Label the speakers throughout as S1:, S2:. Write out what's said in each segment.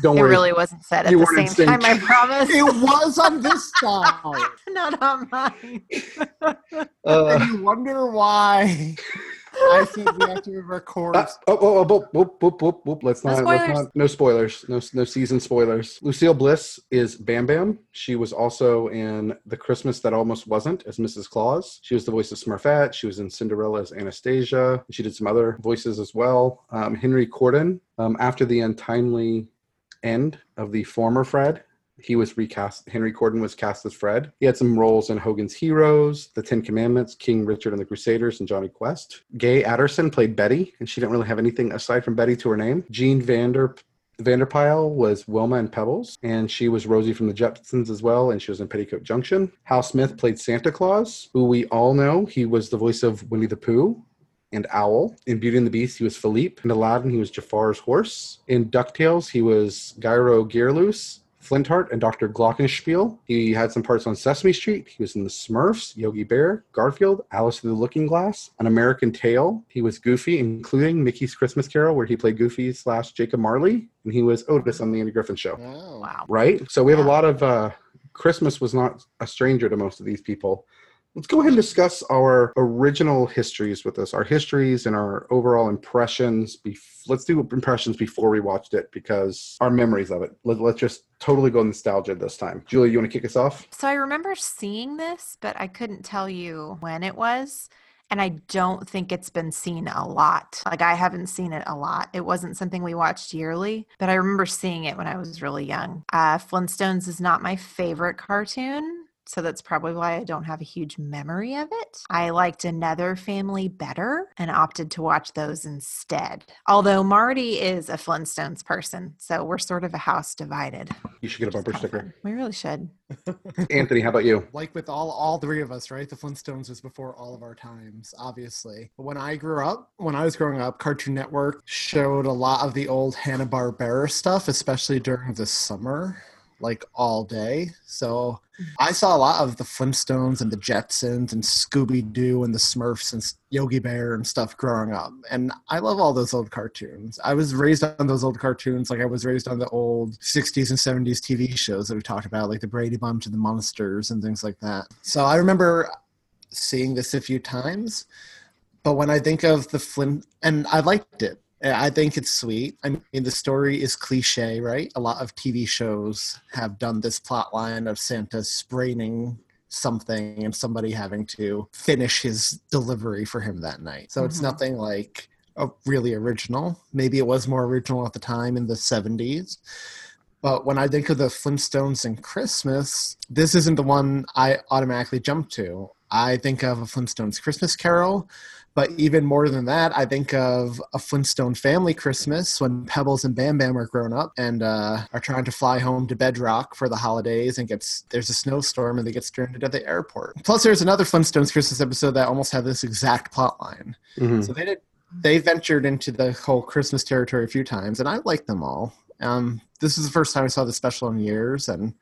S1: Don't
S2: it
S1: worry.
S2: It really wasn't said at you the same instinct. time, I promise.
S3: it was on this
S1: Uh.
S3: side.
S2: Not on mine.
S3: uh, you wonder why. I think we have to record.
S1: Uh, oh, oh, oh, oh, whoop, whoop, whoop, whoop. Let's not. No spoilers. Let's not, no spoilers. No, no season spoilers. Lucille Bliss is Bam Bam. She was also in The Christmas That Almost Wasn't as Mrs. Claus. She was the voice of Smurfette. She was in Cinderella's Anastasia. She did some other voices as well. Um, Henry Corden, um, after the untimely end of the former Fred, he was recast. Henry Corden was cast as Fred. He had some roles in Hogan's Heroes, The Ten Commandments, King Richard and the Crusaders, and Johnny Quest. Gay Adderson played Betty, and she didn't really have anything aside from Betty to her name. Jean Vander Vanderpile was Wilma and Pebbles, and she was Rosie from the Jetsons as well, and she was in Petticoat Junction. Hal Smith played Santa Claus, who we all know. He was the voice of Winnie the Pooh and Owl. In Beauty and the Beast, he was Philippe. In Aladdin, he was Jafar's horse. In DuckTales, he was Gyro Gearloose. Flintheart and Dr. Glockenspiel. He had some parts on Sesame Street. He was in The Smurfs, Yogi Bear, Garfield, Alice in the Looking Glass, An American Tale. He was Goofy, including Mickey's Christmas Carol, where he played Goofy slash Jacob Marley, and he was Otis on The Andy Griffin Show.
S2: Oh, wow.
S1: Right? So we have a lot of uh, Christmas was not a stranger to most of these people. Let's go ahead and discuss our original histories with us, our histories and our overall impressions. Bef- let's do impressions before we watched it because our memories of it. Let- let's just totally go nostalgia this time. Julie, you want to kick us off?
S2: So I remember seeing this, but I couldn't tell you when it was. And I don't think it's been seen a lot. Like, I haven't seen it a lot. It wasn't something we watched yearly, but I remember seeing it when I was really young. Uh, Flintstones is not my favorite cartoon. So that's probably why I don't have a huge memory of it. I liked another family better and opted to watch those instead. Although Marty is a Flintstones person, so we're sort of a house divided.
S1: You should get a bumper sticker.
S2: We really should.
S1: Anthony, how about you?
S3: Like with all all three of us, right? The Flintstones was before all of our times, obviously. But when I grew up, when I was growing up, Cartoon Network showed a lot of the old Hanna Barbera stuff, especially during the summer like all day. So I saw a lot of the Flintstones and the Jetsons and Scooby Doo and the Smurfs and Yogi Bear and stuff growing up. And I love all those old cartoons. I was raised on those old cartoons like I was raised on the old 60s and 70s TV shows that we talked about, like the Brady Bunch and the Monsters and things like that. So I remember seeing this a few times. But when I think of the Flint, and I liked it. I think it's sweet. I mean, the story is cliche, right? A lot of TV shows have done this plot line of Santa spraining something and somebody having to finish his delivery for him that night. So it's
S2: Mhm.
S3: nothing like a really original. Maybe it was more original at the time in the 70s. But when I think of the Flintstones and Christmas, this isn't the one I automatically jump to. I think of a Flintstones Christmas Carol, but even more than that, I think of a Flintstone family Christmas when Pebbles and Bam Bam are grown up and uh, are trying to fly home to Bedrock for the holidays, and gets there's a snowstorm and they get stranded at the airport. Plus, there's another Flintstones Christmas episode that almost had this exact plot line. So they did they ventured into the whole Christmas territory a few times, and I like them all. Um, this is the first time I saw the special in years, and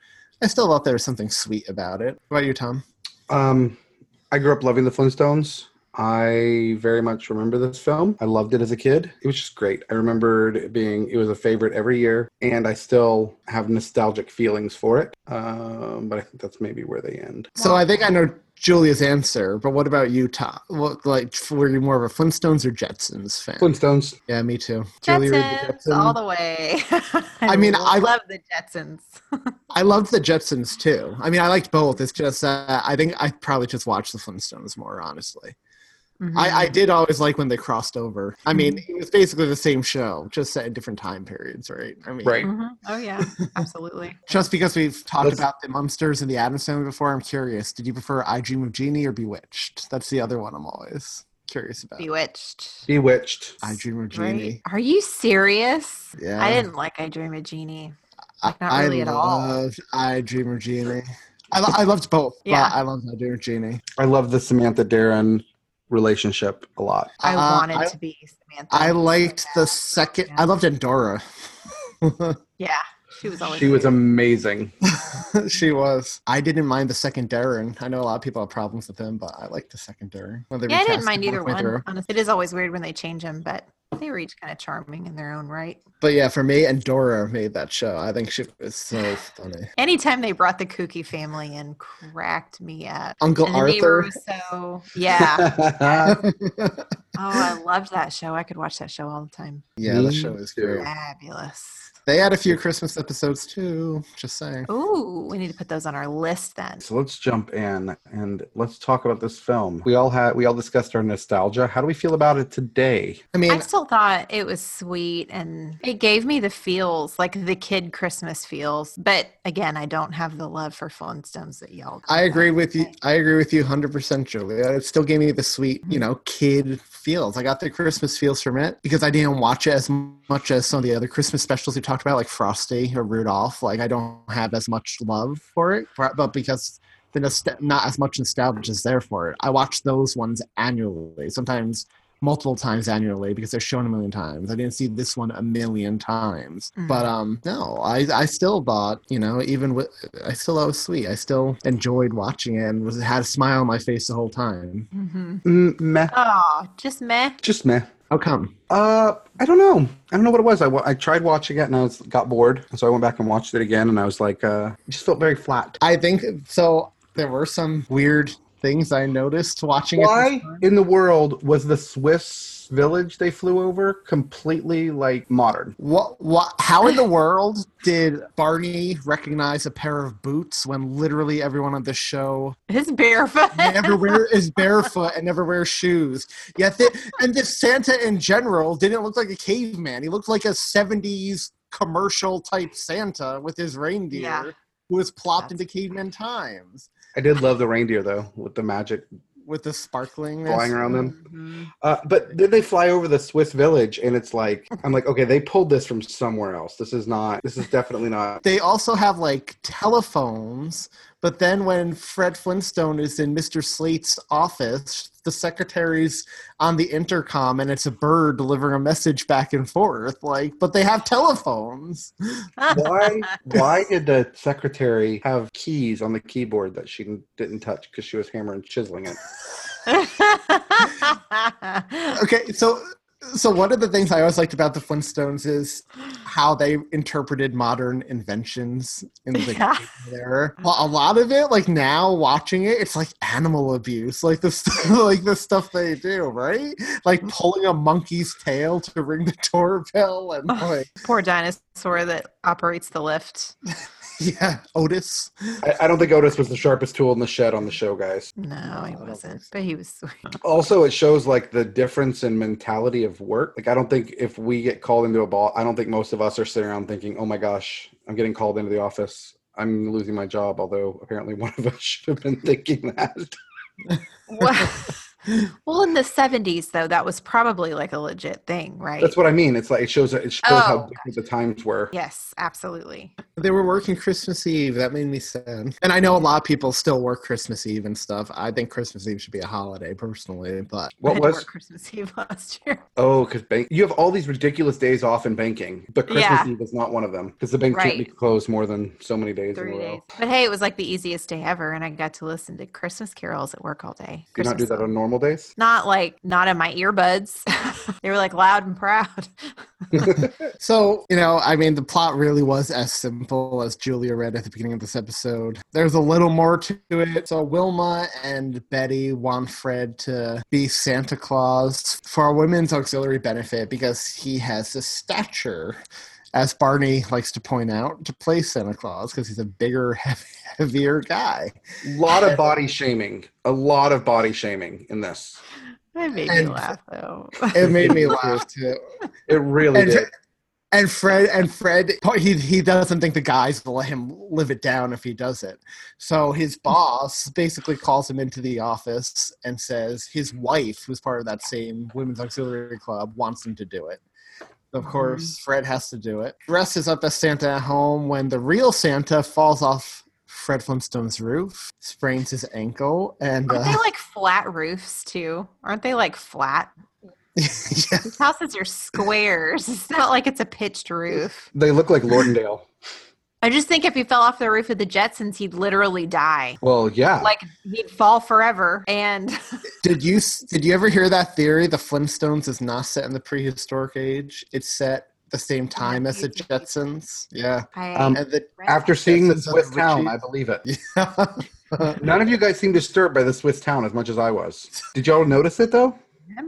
S3: I still thought there was something sweet about it. What about you, Tom?
S1: Um, I grew up loving the Flintstones. I very much remember this film. I loved it as a kid. It was just great. I remembered it being it was a favorite every year, and I still have nostalgic feelings for it. Um, but I think that's maybe where they end.
S3: So I think I know Julia's answer, but what about you, Tom? What like were you more of a Flintstones or Jetsons fan?
S1: Flintstones.
S3: Yeah, me too. Julia, were you a
S2: Jetsons all the way. I,
S3: I mean, I-
S2: love the Jetsons.
S3: I loved the Jetsons too. I mean, I liked both. It's just uh, I think I probably just watched the Flintstones more honestly. I, I did always like when they crossed over. I mean,
S2: Mm-hmm.
S3: it was basically the same show, just set in different time periods, right? I mean,
S2: Mhm. Oh yeah, absolutely.
S3: Just because we've talked about the Munsters and the Addams Family before, I'm curious. Did you prefer I Dream of Jeannie or Bewitched? That's the other one I'm always curious about.
S2: Bewitched.
S1: Bewitched.
S3: I Dream of
S2: Right?
S3: Jeannie.
S2: Are you serious?
S3: Yeah.
S2: I didn't like I Dream of Jeannie.
S3: I,
S2: Not really
S3: I
S2: at all.
S3: loved I Dream of Jeannie. I, lo- I loved both.
S2: Yeah.
S3: But I loved I Dream of Jeannie.
S1: I love the Samantha Darren relationship a lot.
S2: I
S3: Uh,
S2: wanted
S3: I-
S2: to be Samantha.
S3: I liked the second. I loved Endora.
S2: yeah, she was always.
S1: She was amazing.
S3: she was. I didn't mind the second Darren. I know a lot of people have problems with him, but I liked the second Darren. When they
S2: yeah, I didn't
S3: recast
S2: mind
S3: him
S2: either
S3: halfway
S2: one.
S3: through.
S2: Honestly, it is always weird when they change them, but they were each kind of charming in their own right.
S3: But yeah, for me, Endora made that show. I think she was so funny.
S2: Anytime they brought the Kooky family in, cracked me up.
S3: Uncle
S2: and the neighbor
S3: Arthur.
S2: was so yeah. oh, I loved that show. I could watch that show all the time.
S3: Yeah, the show is great.
S2: Fabulous.
S3: They had a few Christmas episodes too. Just saying.
S2: Ooh, we need to put those on our list then.
S1: So let's jump in and let's talk about this film. We all had we all discussed our nostalgia. How do we feel about it today?
S3: I mean,
S2: I still thought it was sweet and it gave me the feels, like the kid Christmas feels. But again, I don't have the love for Flintstones that y'all. do.
S3: I agree with you. I agree with you 100%, Julia. It still gave me the sweet, you know, kid feels. I got the Christmas feels from it because I didn't watch it as much as some of the other Christmas specials we talked about, like Frosty or Rudolph. Like, I don't have as much love for it, for- but because the nost- not as much nostalgia is there for it. I watch those ones annually, sometimes multiple times annually because they're shown a million times. I didn't see this one a million times.
S1: Mm.
S2: Mhm.
S3: But um no, I I still thought, you know, even with I still thought it was sweet. I still enjoyed watching it and was had a smile on my face the whole time.
S2: Mhm.
S1: Mm, meh,
S2: Oh, just meh.
S1: just meh.
S3: How come?
S1: Uh, I don't know. I don't know what it was. I, wa- I tried watching it and I was, got bored, so I went back and watched it again, and I was like, uh, it just felt very flat.
S3: I think so there were some weird things I noticed watching it.
S1: Why in the world was the Swiss village they flew over completely like modern?
S3: What, what, how in the world did Barney recognize a pair of boots when literally everyone on this show
S2: His barefoot.
S3: never wear is barefoot and never wears shoes. Yeah, thi- and this Santa in general didn't look like a caveman. He looked like a '70s commercial type Santa with his reindeer,
S2: Yeah.
S3: who was plopped into caveman times
S1: I did love the reindeer though, with the magic
S3: with the sparkling
S1: flying around them.
S2: Mhm.
S1: Uh, but then they fly over the Swiss village, and it's like I'm like, okay, they pulled this from somewhere else. This is not. This is definitely not.
S3: They also have like telephones, but then when Fred Flintstone is in Mr. Slate's office, the secretary's on the intercom and it's a bird delivering a message back and forth. Like, but they have telephones.
S1: Why? Why did the secretary have keys on the keyboard that she didn't touch because she was hammer and chiseling it?
S3: okay so so one of the things i always liked about the flintstones is how they interpreted modern inventions in the
S2: Yeah.
S3: there well, a lot of it like now watching it it's like animal abuse like the st- like the stuff they do right like pulling a monkey's tail to ring the doorbell and like
S2: Poor dinosaur that operates the lift.
S3: yeah, Otis.
S1: I, I, don't think Otis was the sharpest tool in the shed on the show, guys.
S2: No,
S3: Oh,
S2: he wasn't, but he was sweet.
S1: Also, it shows like the difference in mentality of work. Like, I don't think if we get called into a ball, I don't think most of us are sitting around thinking, "Oh my gosh, I'm getting called into the office. I'm losing my job." Although apparently one of us should have been thinking that.
S2: well, well, in the 70s though, that was probably like a legit thing, right?
S1: That's what I mean. It's like it shows it shows oh, how different the times were.
S2: Yes, absolutely.
S3: They were working Christmas Eve. That made me sad. And I know a lot of people still work Christmas Eve and stuff. I think Christmas Eve should be a holiday personally, but
S1: what was
S2: Christmas Eve last year?
S1: Oh, because bank you have all these ridiculous days off in banking, but Christmas yeah. Eve is not one of them because the bank right. can't be closed more than so many days.
S2: Three days. But hey, it was like the easiest day ever, and I got to listen to Christmas carols at work all day.
S1: Do not do that on normal days?
S2: Not like not in my earbuds. they were like loud and proud.
S3: so, you know, I mean, the plot really was as simple as Julia read at the beginning of this episode. There's a little more to it. So, Wilma and Betty want Fred to be Santa Claus for a women's auxiliary benefit because he has the stature as Barney likes to point out, to play Santa Claus because he's a bigger, heavier guy.
S1: A lot of body shaming. A lot of body shaming in this.
S2: It made and me laugh though.
S3: it made me laugh too.
S1: It really
S3: and,
S1: did.
S3: And Fred and Fred he he doesn't think the guys will let him live it down if he does it. So his
S2: Hmm.
S3: boss basically calls him into the office and says his wife, who's part of that same women's auxiliary club, wants him to do it.
S2: Hmm.
S3: Of course, Fred has to do it. Dresses up as Santa at home when the real Santa falls off Fred Flintstone's roof, sprains his ankle, and
S2: aren't uh, they like flat roofs too? Aren't they like flat? yeah. These houses are squares. It's not like it's a pitched roof.
S1: They look like Lordendale.
S2: I just think if he fell off the roof of the Jetsons, he'd literally die.
S1: Well, yeah,
S2: like he'd fall forever. And
S3: did you did you ever hear that theory? The Flintstones is not set in the prehistoric age; it's set the same time as the Jetsons. Yeah.
S1: Um, the, after seeing the Swiss town, I believe it. Yeah. None of you guys seemed disturbed by the Swiss town as much as I was. Did y'all notice it though?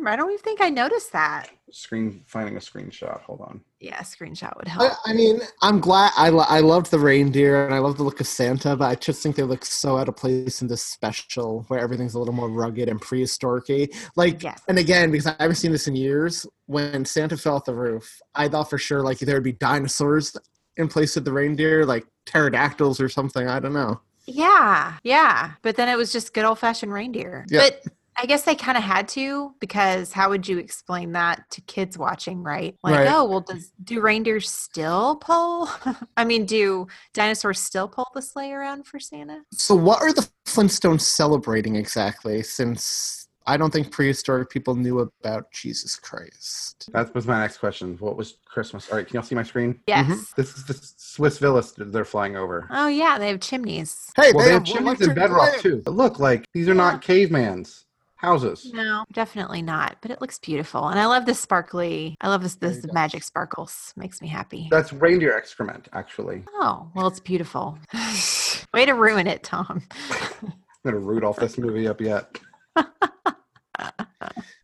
S2: I don't even think I noticed that.
S1: Screen finding a screenshot. Hold on.
S2: Yeah, screenshot would help.
S3: I, I mean, I'm glad I lo- I loved the reindeer and I love the look of Santa, but I just think they look so out of place in this special where everything's a little more rugged and prehistoric. Like, yes. and again, because I haven't seen this in years, when Santa fell off the roof, I thought for sure like there would be dinosaurs in place of the reindeer, like pterodactyls or something. I don't know.
S2: Yeah, yeah, but then it was just good old fashioned reindeer. Yep. But I guess they kind of had to because how would you explain that to kids watching, right? Like, right. oh, well, does do reindeers still pull? I mean, do dinosaurs still pull the sleigh around for Santa?
S3: So, what are the Flintstones celebrating exactly? Since I don't think prehistoric people knew about Jesus Christ.
S1: That was my next question. What was Christmas? All right, can y'all see my screen?
S2: Yes. Mm-hmm.
S1: This is the Swiss villas they're flying over.
S2: Oh yeah, they have chimneys.
S1: Hey, well, they, they have, have chimneys in bedrock land. too. But look, like these are yeah. not cavemans houses.
S2: No, definitely not. But it looks beautiful, and I love the sparkly. I love this this magic sparkles. Makes me happy.
S1: That's reindeer excrement, actually.
S2: Oh well, it's beautiful. Way to ruin it, Tom.
S1: I'm gonna Rudolph this movie up yet.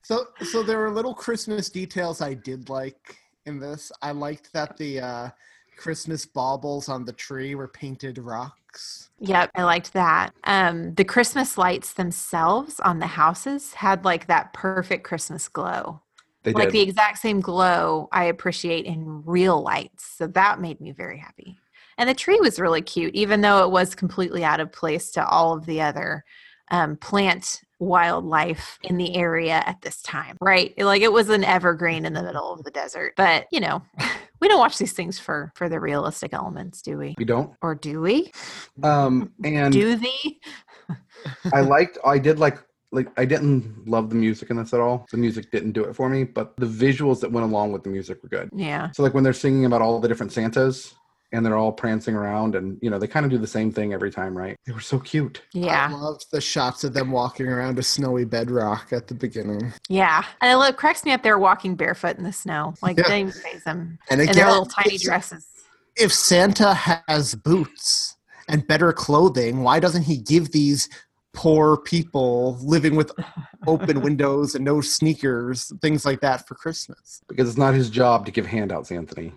S3: so, so there were little Christmas details I did like in this. I liked that the. uh Christmas baubles on the tree were painted rocks.
S2: Yep, I liked that. Um, the Christmas lights themselves on the houses had like that perfect Christmas glow. They like did. the exact same glow I appreciate in real lights. So that made me very happy. And the tree was really cute, even though it was completely out of place to all of the other um, plant wildlife in the area at this time, right? Like it was an evergreen in the middle of the desert. But, you know, we don't watch these things for for the realistic elements, do we?
S1: We don't.
S2: Or do we?
S1: Um and
S2: do they?
S1: I liked I did like like I didn't love the music in this at all. The music didn't do it for me, but the visuals that went along with the music were good.
S2: Yeah.
S1: So like when they're singing about all the different Santas, and they're all prancing around and you know they kind of do the same thing every time right they were so cute
S2: yeah
S3: i loved the shots of them walking around a snowy bedrock at the beginning
S2: yeah and it look, cracks me up they're walking barefoot in the snow like yeah. they phase them and again, in their little tiny dresses
S3: if santa has boots and better clothing why doesn't he give these poor people living with open windows and no sneakers things like that for christmas
S1: because it's not his job to give handouts anthony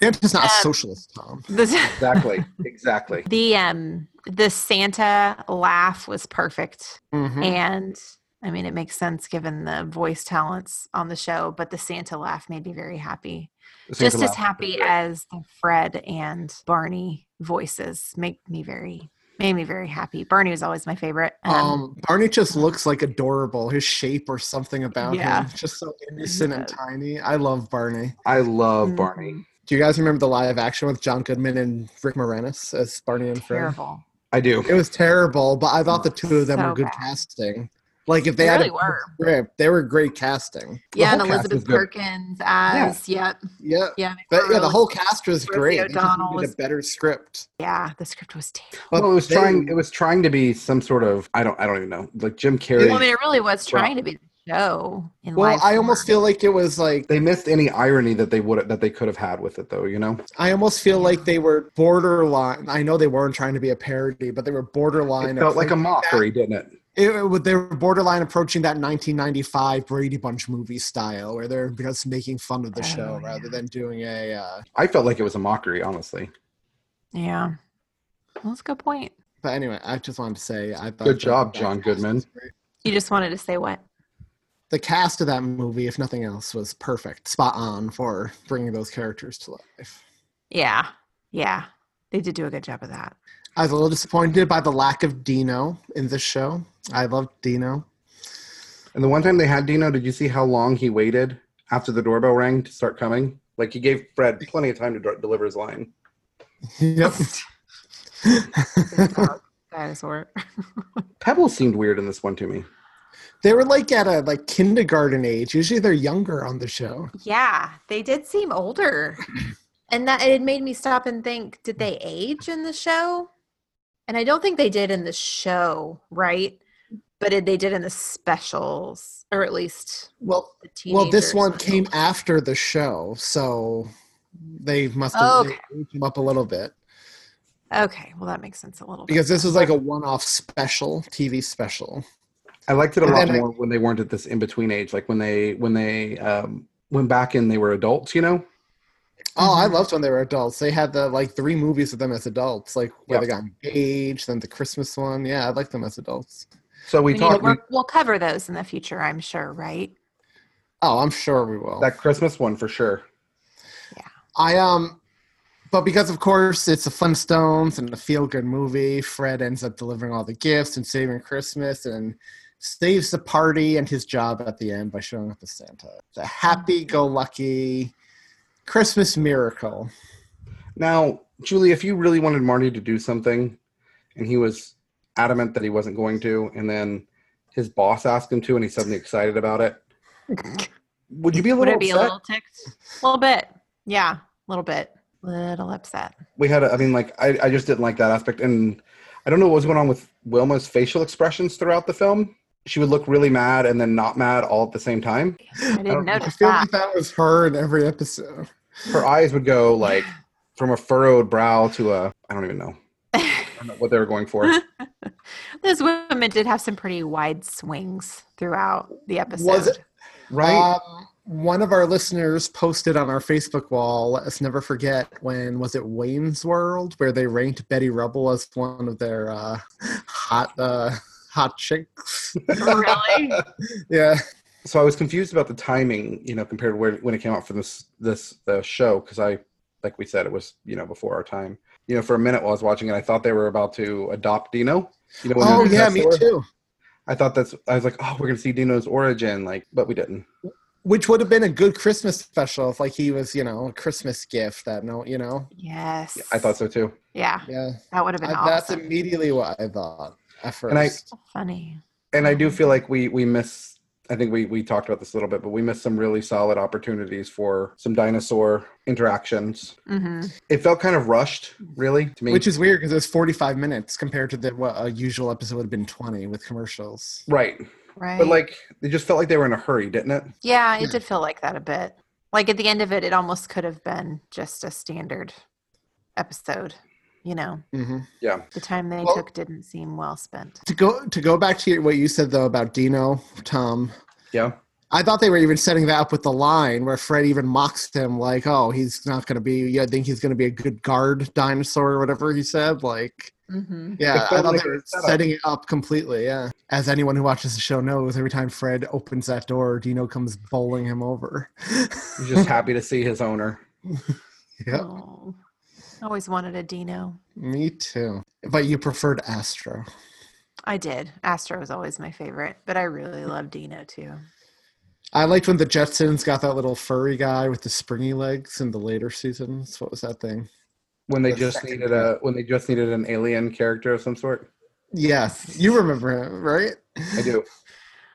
S3: Santa's not um, a socialist, Tom.
S1: exactly. Exactly.
S2: The um the Santa laugh was perfect.
S3: Mm.
S2: Mm-hmm. And I mean it makes sense given the voice talents on the show, but the Santa laugh made me very happy. Just as happy as the Fred and Barney voices make me very made me very happy. Barney was always my favorite.
S3: Um, um, Barney just looks like adorable. His shape or something about yeah. him, just so innocent and tiny. I love Barney.
S1: I love Barney. Mm.
S3: Do you guys remember the live action with John Goodman and Rick Moranis as Barney and Fred?
S2: Terrible.
S1: I do.
S3: It was terrible, but I thought the two of them so were good bad. casting. Like if they, they had really a were. script, they were great casting.
S2: Yeah, and Elizabeth Perkins good. as yeah.
S3: yep. Yeah. Yeah. But, yeah, the whole cast was great. O'Donnell was, a better script.
S2: Yeah, the script was terrible.
S1: Well, well it was they, trying it was trying to be some sort of I don't I don't even know. Like Jim Carrey.
S2: I mean it really was trying to be the show
S3: well i almost feel like it was like
S1: they missed any irony that they would that they could have had with it though you know
S3: i almost feel like they were borderline i know they weren't trying to be a parody but they were borderline
S1: it felt like a mockery didn't it
S3: it, they were borderline approaching that 1995 Brady Bunch movie style, where they're just making fun of the oh, show yeah. rather than doing a. Uh,
S1: I felt like it was a mockery, honestly.
S2: Yeah, well, that's a good point.
S3: But anyway, I just wanted to say I thought.
S1: Good job, John Goodman.
S2: You just wanted to say what?
S3: The cast of that movie, if nothing else, was perfect, spot on for bringing those characters to life.
S2: Yeah, yeah, they did do a good job of that.
S3: I was a little disappointed by the lack of Dino in this show. I loved Dino.
S1: And the one time they had Dino, did you see how long he waited after the doorbell rang to start coming? Like he gave Fred plenty of time to d- deliver his line.
S3: Yep.
S2: Dinosaur.
S1: Pebbles seemed weird in this one to me.
S3: They were like at a like kindergarten age. Usually they're younger on the show.
S2: Yeah, they did seem older. And that it made me stop and think, did they age in the show? and I don't think they did in the show, right? But it, they did in the specials, or at least
S3: well, well, this one specials. came after the show, so they must have okay. They up a little bit.
S2: Okay, well, that makes sense a little
S3: because bit. this is like a one-off special TV special.
S1: I liked it a and lot more I, when they weren't at this in-between age, like when they when they um, went back and they were adults, you know.
S3: Oh, I loved when they were adults. They had the like three movies of them as adults, like where yep. they got engaged, then the Christmas one. Yeah, I like them as adults.
S1: So we, we talked.
S2: We, will cover those in the future, I'm sure, right?
S3: Oh, I'm sure we will.
S1: That Christmas one for sure.
S2: Yeah.
S3: I um, but because of course it's the Flintstones and a feel good movie, Fred ends up delivering all the gifts and saving Christmas and saves the party and his job at the end by showing up as Santa. It's a happy go lucky. Christmas miracle.
S1: Now, Julie, if you really wanted Marty to do something and he was adamant that he wasn't going to, and then his boss asked him to and he's suddenly excited about it, would you be a little
S2: Would it upset? be a little ticked? A little bit. Yeah, a little bit. Little upset.
S1: We had, a, I mean, like, I, I just didn't like that aspect. And I don't know what was going on with Wilma's facial expressions throughout the film she would look really mad and then not mad all at the same time.
S2: I didn't I notice
S3: Um, I feel
S2: that.
S3: like that was her in every episode.
S1: Her eyes would go like from a furrowed brow to a I don't even know. I don't know what they were going for.
S2: Those women did have some pretty wide swings throughout the episode.
S3: Was it
S1: right?
S3: Um, one of our listeners posted on our Facebook wall, let us never forget when was it Wayne's World where they ranked Betty Rubble as one of their uh, hot uh, hot chicks.
S2: really?
S3: yeah.
S1: So I was confused about the timing, you know, compared to where, when it came out for this this the show because I, like we said, it was you know before our time. You know, for a minute while I was watching it, I thought they were about to adopt Dino. You know,
S3: oh yeah, me store. too.
S1: I thought that's. I was like, oh, we're gonna see Dino's origin, like, but we didn't.
S3: Which would have been a good Christmas special if, like, he was, you know, a Christmas gift that no, you know.
S2: Yes.
S1: I thought so too.
S2: Yeah.
S3: Yeah.
S2: That would have been. I,
S3: awesome. That's immediately what I thought
S1: and I,
S2: funny.
S1: And I do feel like we we miss. I think we we talked about this a little bit, but we missed some really solid opportunities for some dinosaur interactions.
S2: Mm-hmm.
S1: It felt kind of rushed, really, to me.
S3: Which is weird because it was forty five minutes compared to the what a usual episode would have been twenty with commercials.
S1: Right.
S2: Right.
S1: But like, it just felt like they were in a hurry, didn't it?
S2: Yeah, it yeah. did feel like that a bit. Like at the end of it, it almost could have been just a standard episode you know
S3: mm-hmm.
S1: yeah
S2: the time they well, took didn't seem well spent
S3: to go to go back to what you said though about dino tom
S1: yeah
S3: I thought they were even setting that up with the line where Fred even mocks him, like, "Oh, he's not going to be. Yeah, I think he's going to be a good guard dinosaur or whatever he said." Like, mm-hmm. yeah, I thought they were setting it up completely. Yeah, as anyone who watches the show knows, every time Fred opens that door, Dino comes bowling him over.
S1: he's just happy to see his owner.
S3: yeah.
S2: Oh, always wanted a Dino.
S3: Me too, but you preferred Astro.
S2: I did. Astro was always my favorite, but I really loved Dino too.
S3: I liked when the Jetsons got that little furry guy with the springy legs in the later seasons. What was that thing?
S1: When they the just needed a when they just needed an alien character of some sort.
S3: Yes, you remember him, right?
S1: I do.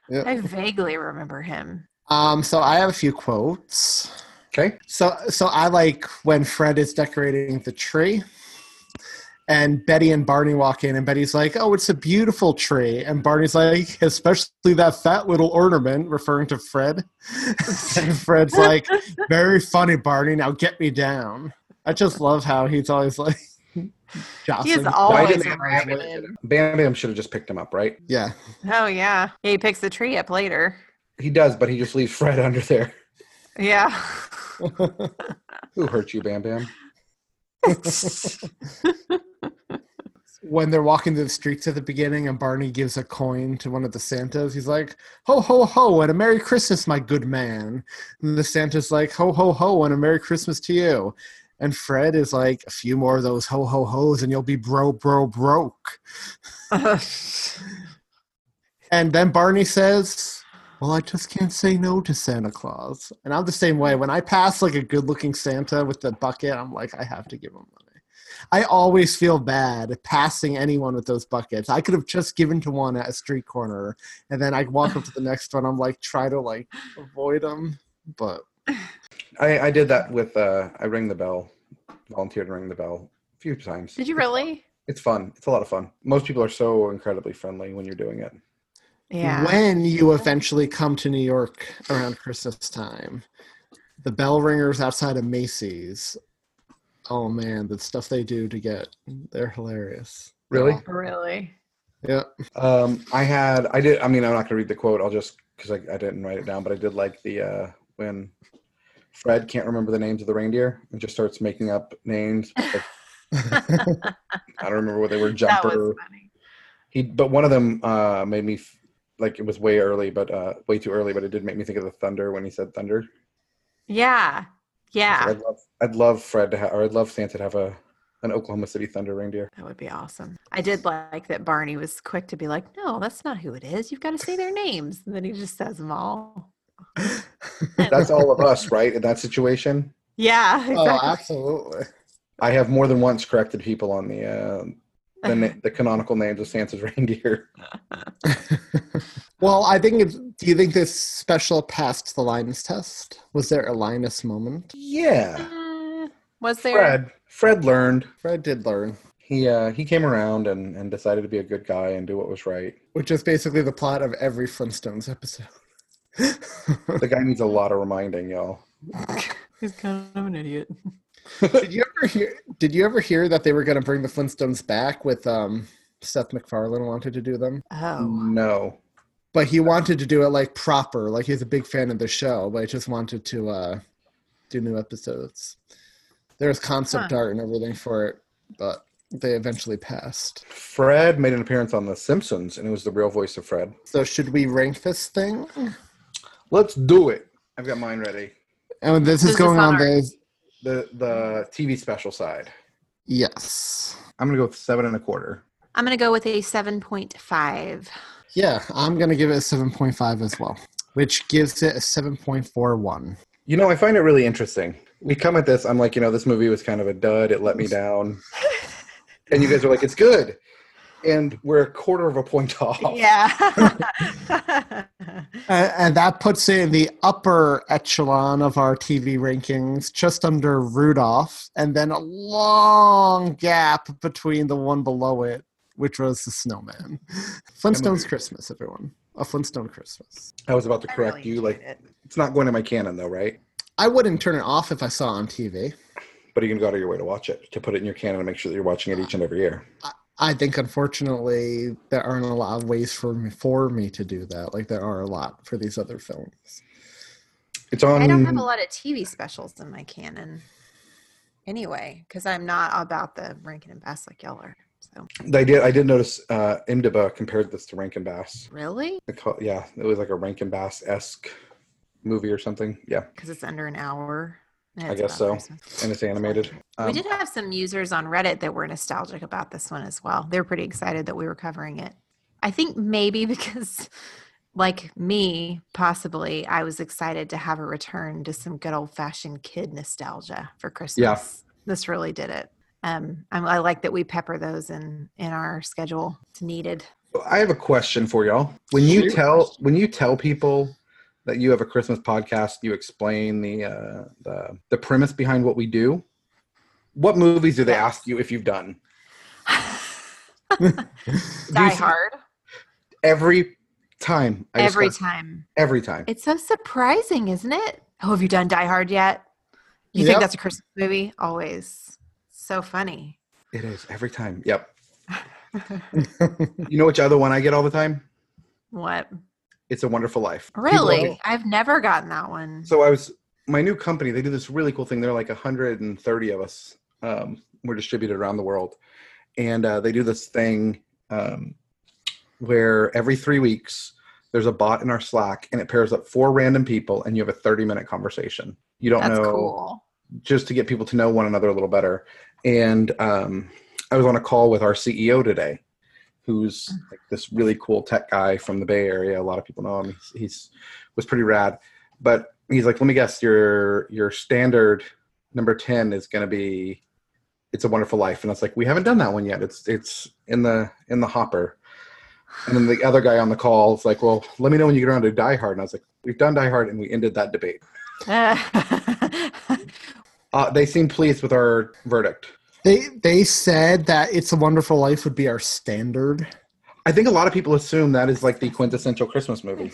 S2: Yep. I vaguely remember him.
S3: Um, so I have a few quotes.
S1: Okay.
S3: So so I like when Fred is decorating the tree and Betty and Barney walk in, and Betty's like, "Oh, it's a beautiful tree," and Barney's like, "Especially that fat little ornament," referring to Fred. and Fred's like, "Very funny, Barney. Now get me down." I just love how he's always like.
S2: He's always ragged.
S1: Bam Bam should have just picked him up, right?
S3: Yeah.
S2: Oh yeah. yeah. He picks the tree up later.
S1: He does, but he just leaves Fred under there.
S2: Yeah.
S1: Who hurt you, Bam Bam?
S3: when they're walking through the streets at the beginning and Barney gives a coin to one of the Santas, he's like, Ho, ho, ho, and a Merry Christmas, my good man. And the Santa's like, Ho, ho, ho, and a Merry Christmas to you. And Fred is like, A few more of those ho, ho, ho's, and you'll be bro, bro, broke. and then Barney says, well, I just can't say no to Santa Claus. And I'm the same way. When I pass like a good looking Santa with the bucket, I'm like, I have to give him money. I always feel bad passing anyone with those buckets. I could have just given to one at a street corner and then I walk up to the next one. I'm like, try to like avoid them. But
S1: I, I did that with, uh, I ring the bell, volunteered to ring the bell a few times.
S2: Did you really?
S1: It's fun. It's a lot of fun. Most people are so incredibly friendly when you're doing it.
S2: Yeah.
S3: when you eventually come to New York around Christmas time, the bell ringers outside of Macy's. Oh man, the stuff they do to get they're hilarious.
S1: Really?
S2: Yeah. Really?
S3: Yeah.
S1: Um, I had I did I mean I'm not gonna read the quote, I'll just because I, I didn't write it down, but I did like the uh when Fred can't remember the names of the reindeer and just starts making up names. Like, I don't remember what they were, jumper. He but one of them uh made me f- like it was way early, but uh, way too early. But it did make me think of the Thunder when he said Thunder.
S2: Yeah, yeah.
S1: So I'd, love, I'd love Fred to have, or I'd love Santa to have a an Oklahoma City Thunder reindeer.
S2: That would be awesome. I did like that Barney was quick to be like, "No, that's not who it is. You've got to say their names." And then he just says them all.
S1: that's all of us, right? In that situation.
S2: Yeah.
S3: Exactly. Oh, absolutely.
S1: I have more than once corrected people on the uh, the, the canonical names of Santa's reindeer.
S3: well, I think it's. Do you think this special passed the Linus test? Was there a Linus moment?
S1: Yeah.
S2: Uh, was there?
S1: Fred. Fred learned.
S3: Fred did learn.
S1: He uh, he came around and, and decided to be a good guy and do what was right.
S3: Which is basically the plot of every Flintstones episode.
S1: the guy needs a lot of reminding, y'all.
S2: He's kind of an idiot.
S3: did you ever hear? Did you ever hear that they were going to bring the Flintstones back with um, Seth MacFarlane wanted to do them?
S2: Oh
S1: no!
S3: But he wanted to do it like proper, like he's a big fan of the show, but he just wanted to uh, do new episodes. There was concept huh. art and everything for it, but they eventually passed.
S1: Fred made an appearance on The Simpsons, and it was the real voice of Fred.
S3: So should we rank this thing?
S1: Let's do it. I've got mine ready.
S3: And oh, this, this, is going is on the
S1: the the TV special side.
S3: Yes.
S1: I'm gonna go with seven and a quarter.
S2: I'm gonna go with a seven point five.
S3: Yeah, I'm gonna give it a seven point five as well, which gives it a seven point four one.
S1: You know, I find it really interesting. We come at this, I'm like, you know, this movie was kind of a dud, it let me down. and you guys are like, it's good. And we're a quarter of a point off.
S3: Oh.
S2: Yeah.
S3: and that puts it in the upper echelon of our TV rankings, just under Rudolph, and then a long gap between the one below it, which was the Snowman. Flintstones Christmas, everyone. A Flintstone Christmas.
S1: I was about to correct really you. Like, it. it's not going to my canon, though, right?
S3: I wouldn't turn it off if I saw it on TV.
S1: But you can go out of your way to watch it, to put it in your canon and make sure that you're watching it each and every year.
S3: I, I think unfortunately there aren't a lot of ways for me, for me to do that. Like there are a lot for these other films.
S1: It's on.
S2: I don't have a lot of TV specials in my canon, anyway, because I'm not about the Rankin and Bass like y'all are. So
S1: I did. I did notice uh, IMDb compared this to Rankin Bass.
S2: Really?
S1: They call- yeah, it was like a Rankin Bass esque movie or something. Yeah.
S2: Because it's under an hour. and
S1: I
S2: it's
S1: guess
S2: about
S1: so,
S2: Christmas.
S1: and it's animated.
S2: we
S1: Um,
S2: did have some users on Reddit that were nostalgic about this one as well. They were pretty excited that we were covering it. I think maybe because, like me, possibly, I was excited to have a return to some good old fashioned kid nostalgia for Christmas. This really did it. Um, I, I like that we pepper those in in our schedule. It's needed.
S1: I have a question for y'all. When you
S2: Shoot.
S1: tell when you tell people that you have a Christmas podcast, you explain the uh, the the premise behind what we do. What movies do they ask you if you've done?
S2: Die Hard
S1: Every time. I
S2: every
S1: discuss-
S2: time.
S1: Every time.
S2: It's so surprising, isn't it? Oh, have you done Die Hard yet? You
S1: Yep.
S2: think that's a Christmas movie? Always. So funny.
S1: It is every time. Yep. you know which other one I get all the time?
S2: What?
S1: It's a Wonderful Life. People-
S2: Really? I've never gotten that one.
S1: So I was my new company. They do this really cool thing. They're like 130 of us. Um, we're distributed around the world, and uh, they do this thing um, where every three weeks there's a bot in our Slack, and it pairs up four random people, and you have a 30 minute conversation. You don't
S2: That's
S1: know
S2: cool.
S1: just to get people to know one another a little better. And um, I was on a call with our CEO today, who's like this really cool tech guy from the Bay Area. A lot of people know him. He's, he's was pretty rad. But he's like, let me guess, your your standard number ten is going to be "It's a Wonderful Life," and it's like we haven't done that one yet. It's it's in the in the hopper. And then the other guy on the call is like, well, let me know when you get around to Die Hard. And I was like, we've done Die Hard, and we ended that debate. Uh, they seem pleased with our verdict.
S3: They they said that It's a Wonderful Life would be our standard.
S1: I think a lot of people assume that is like the quintessential Christmas movie.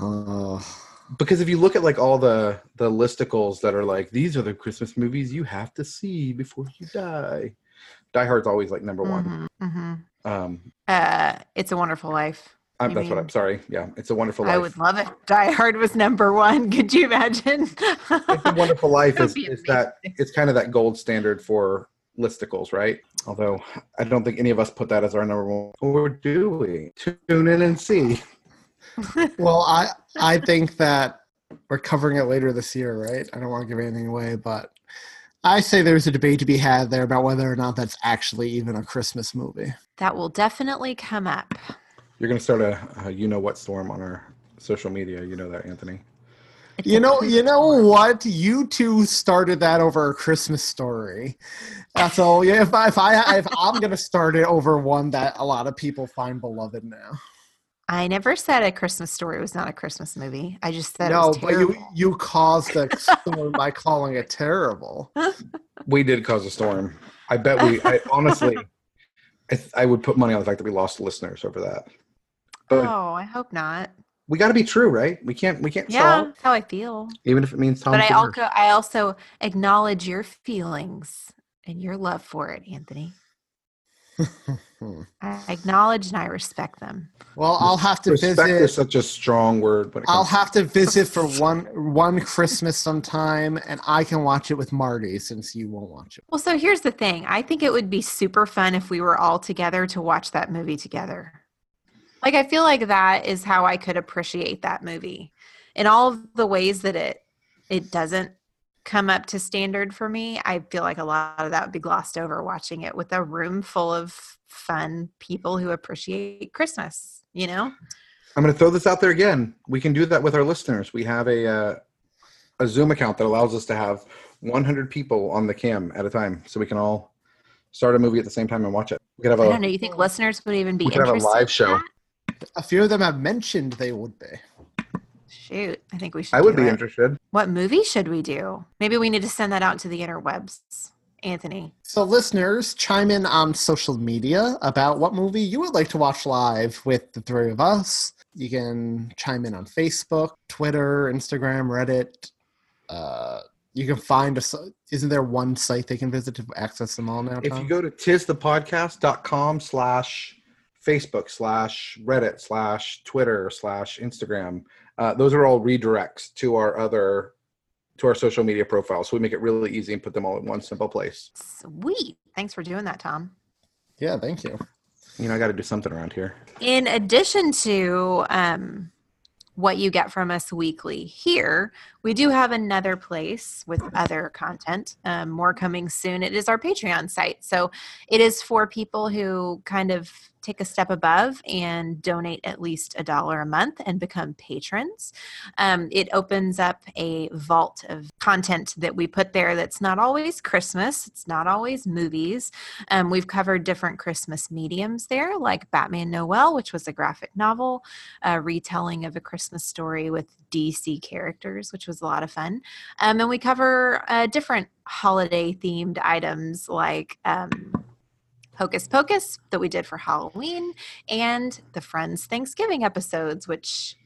S3: Uh,
S1: Because if you look at like all the the listicles that are like these are the Christmas movies you have to see before you die, Die Hard's always like number one.
S2: hmm
S1: Um,
S2: Uh, it's a Wonderful Life.
S1: I'm,
S2: You
S1: that's what
S2: mean-
S1: I'm sorry. Yeah, it's a Wonderful
S2: I
S1: Life.
S2: would love it. if Die Hard was number one. Could you imagine?
S1: it's a Wonderful Life
S2: That would
S1: is,
S2: be
S1: is that it's kind of that gold standard for listicles, right? Although I don't think any of us put that as our number one. Or do we? Tune in and see.
S3: well, I I think that we're covering it later this year, right? I don't want to give anything away, but I say there's a debate to be had there about whether or not that's actually even a Christmas movie.
S2: that will definitely come up.
S1: You're gonna start a, a you know what storm on our social media. You know that, Anthony.
S3: You know, you know what? You two started that over a Christmas story. That's all. Yeah, if I, if I if I'm gonna start it over one that a lot of people find beloved now.
S2: I never said a Christmas story was not a Christmas movie. I just said it
S3: no,
S2: was
S3: but you
S2: terrible.
S3: you caused the storm by calling it terrible.
S1: We did cause a storm. I bet we. I honestly, I, th- I would put money on the fact that we lost listeners over that. But
S2: oh, I hope not.
S1: we got to be true, right? We can't. We can't
S2: Yeah,
S1: solve,
S2: that's how I feel.
S1: even if it means Tom.
S2: but I
S1: Sawyer.
S2: also I also acknowledge your feelings and your love for it, Anthony.
S3: Hmm.
S2: I acknowledge and I respect them.
S3: Well, I'll have to
S1: respect
S3: visit.
S1: is such a strong word. When it comes
S3: I'll have to visit for one one Christmas sometime, and I can watch it with Marty since you won't watch it.
S2: Well, so here's the thing. I think it would be super fun if we were all together to watch that movie together. Like I feel like that is how I could appreciate that movie. In all of the ways that it it doesn't come up to standard for me, I feel like a lot of that would be glossed over watching it with a room full of fun people who appreciate Christmas, you know?
S1: I'm going to throw this out there again. We can do that with our listeners. We have a uh, a Zoom account that allows us to have 100 people on the cam at a time, so we can all start a movie at the same time and watch it. We could have
S2: I
S1: a
S2: don't know. You think listeners would even be
S1: we could have a
S2: interested?
S1: live show.
S3: A few of them have mentioned they would be.
S2: Shoot, I think we should.
S1: I would
S2: do
S1: be
S2: it.
S1: interested.
S2: What movie should we do? Maybe we need to send that out to the interwebs. Anthony,
S3: So, listeners, chime in on social media about what movie you would like to watch live with the three of us. You can chime in on Facebook, Twitter, Instagram, Reddit, uh, You can find a. s- Isn't there one site they can visit to access them all now?
S1: If
S3: Tom?
S1: you go to tisthepodcast.com slash Facebook slash Reddit slash Twitter slash Instagram, uh, those are all redirects to our other to our social media profiles. So we make it really easy and put them all in one simple place.
S2: Sweet. Thanks for doing that, Tom.
S3: Yeah, thank you.
S1: You know, I got to do something around here.
S2: In addition to um, what you get from us weekly here, we do have another place with other content, um, more coming soon. It is our Patreon site. So it is for people who kind of take a step above and donate at least a dollar a month and become patrons. Um, it opens up a vault of content that we put there that's not always Christmas, it's not always movies. Um, we've covered different Christmas mediums there, like Batman Noel, which was a graphic novel, a retelling of a Christmas story with DC characters, which was a lot of fun. Um, and we cover uh, different holiday themed items like. Um, Hocus Pocus that we did for Halloween and the Friends Thanksgiving episodes, which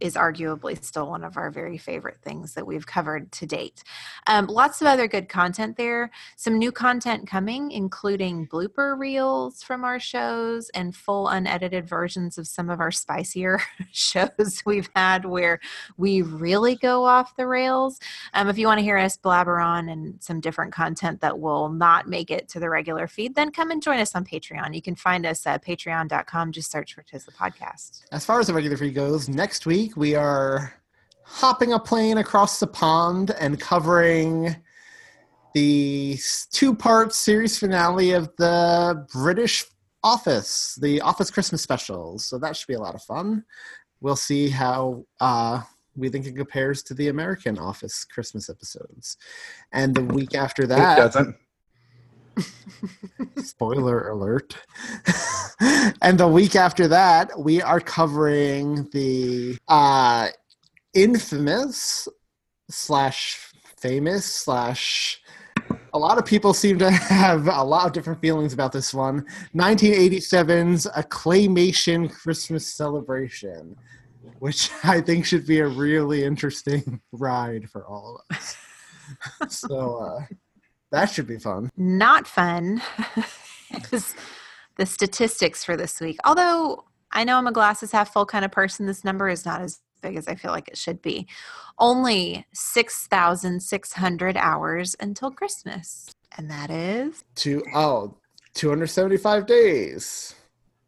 S2: is arguably still one of our very favorite things that we've covered to date. Um, lots of other good content there. Some new content coming, including blooper reels from our shows and full unedited versions of some of our spicier shows we've had where we really go off the rails. Um, if you want to hear us blabber on and some different content that will not make it to the regular feed, then come and join us on Patreon. You can find us at patreon.com. Just search for Tis the Podcast.
S3: As far as the regular feed goes, next week we are hopping a plane across the pond and covering the two part series finale of the British Office, the Office Christmas specials. So that should be a lot of fun. We'll see how uh, we think it compares to the American Office Christmas episodes. And the week after that.
S1: it doesn't.
S3: Spoiler alert. and the week after that, we are covering the uh, infamous slash famous slash. A lot of people seem to have a lot of different feelings about this one. 1987's Acclamation Christmas Celebration, which I think should be a really interesting ride for all of us. so uh, that should be fun.
S2: Not fun is the statistics for this week. Although I know I'm a glasses half full kind of person, this number is not as big as I feel like it should be. Only 6,600 hours until Christmas. And that is
S3: Two oh, 275 days.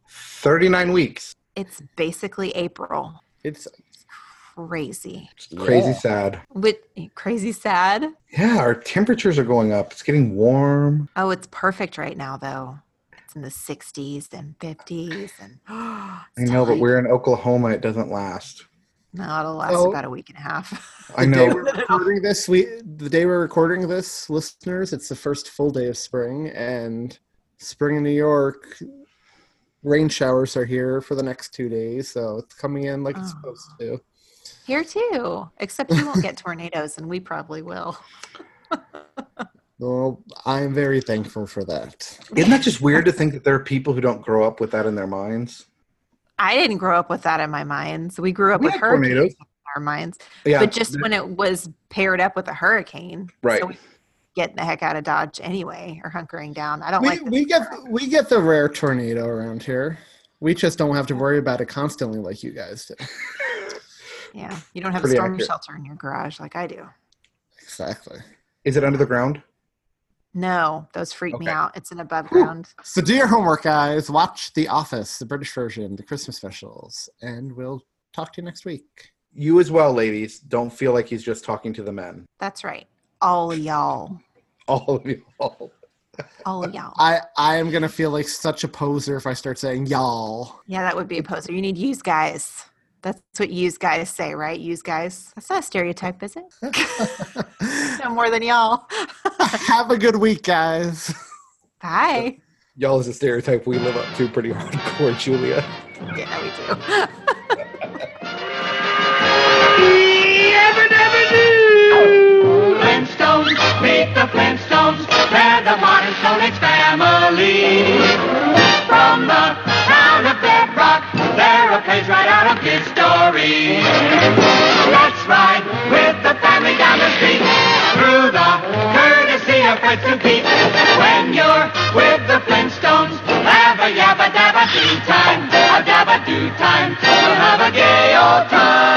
S1: 39 weeks.
S2: It's basically April.
S3: It's
S2: crazy.
S1: Crazy sad.
S2: With crazy sad.
S1: Yeah, our temperatures are going up. It's getting warm.
S2: Oh, it's perfect right now though. It's in the 60s and 50s and
S1: I know, but we're in Oklahoma. It doesn't last.
S2: no, it'll last
S3: Oh.
S2: about a week and a half.
S1: I
S3: The
S1: know.
S3: day we're recording this, we the day we're recording this, listeners, it's the first full day of spring, and spring in New York, rain showers are here for the next two days, so it's coming in like it's supposed
S2: Ah.
S3: to.
S2: Here too. Except you won't get tornadoes and we probably will.
S3: Well, I am very thankful for that.
S1: Isn't that just weird to think that there are people who don't grow up with that in their minds?
S2: I didn't grow up with that in my minds. We grew up
S1: We
S2: with
S1: had
S2: hurricanes
S1: tornadoes.
S2: in our minds.
S1: Yeah,
S2: but just
S1: that-
S2: when it was paired up with a hurricane.
S1: Right.
S2: So we getting the heck out of Dodge anyway or hunkering down. I don't
S3: We,
S2: like this.
S3: we get we get the rare tornado around here. We just don't have to worry about it constantly like you guys do.
S2: Yeah. You don't have a
S1: Pretty
S2: storm
S1: accurate.
S2: shelter in your garage like I do.
S3: Exactly.
S1: Is it under the ground?
S2: No, those freak me
S1: Okay.
S2: out. It's an above ground.
S3: So do your homework, guys. Watch The Office, the British version, the Christmas specials, and we'll talk to you next week.
S1: You as well, ladies. Don't feel like he's just talking to the men.
S2: That's right. All y'all.
S1: All of you. All.
S2: All y'all.
S3: I I am gonna feel like such a poser if I start saying y'all.
S2: Yeah, that would be a poser. You need use guys. That's what use guys say, right? Use guys. That's not a stereotype, is it? no more than y'all.
S3: Have a good week, guys.
S2: Bye.
S1: Y'all is a stereotype we live up to pretty hardcore, Julia.
S2: Yeah, we do.
S4: Flintstones, meet the Flintstones. They're the modern Stone Age family. From the town of Bedrock, they're a place right out of kids' story. Let's ride with the family down the street through the afraid to peep. When you're with the Flintstones, have a yabba dabba do time, a dabba do time. We'll have a gay old time.